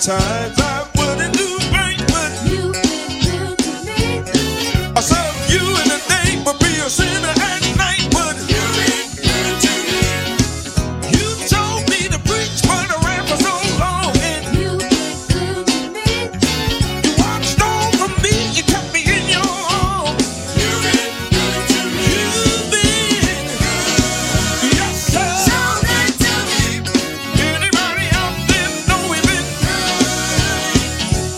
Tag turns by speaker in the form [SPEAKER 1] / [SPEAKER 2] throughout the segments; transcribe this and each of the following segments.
[SPEAKER 1] times I wouldn't do right, but
[SPEAKER 2] You've been real to me.
[SPEAKER 1] I serve you in the day, but be a sinner at night. But you ain't good to me. You told me to preach, but I ran for so long. And
[SPEAKER 2] You've been good to me.
[SPEAKER 1] you watched over me, you kept me in your arms. You ain't good to me. You've been good. Yes, sir. So good to me. Anybody out there know we've been good?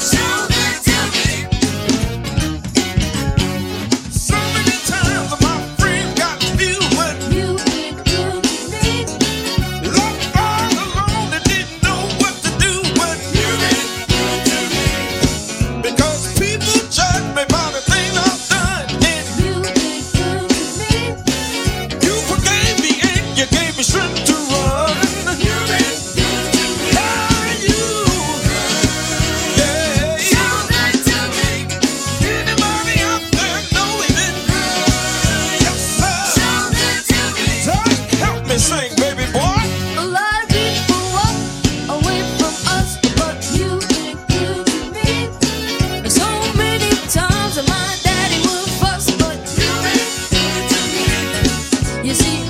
[SPEAKER 1] So good to me. So many times my friend got few, but
[SPEAKER 2] You've been good to me.
[SPEAKER 1] left all alone and didn't know what to do. But you did good to me because people judge me by the things I've done, and
[SPEAKER 2] You've been good to me.
[SPEAKER 1] you forgave me and you gave me strength to run. You did good to me. you, yeah, so good to me. Anybody out there know it? Yes, sir. So good to me. Help me sing, baby boy.
[SPEAKER 2] A lot of people walk away from us, but you been good to me. And so many times that my daddy would fuss, but you been good to me. You see,
[SPEAKER 1] oh,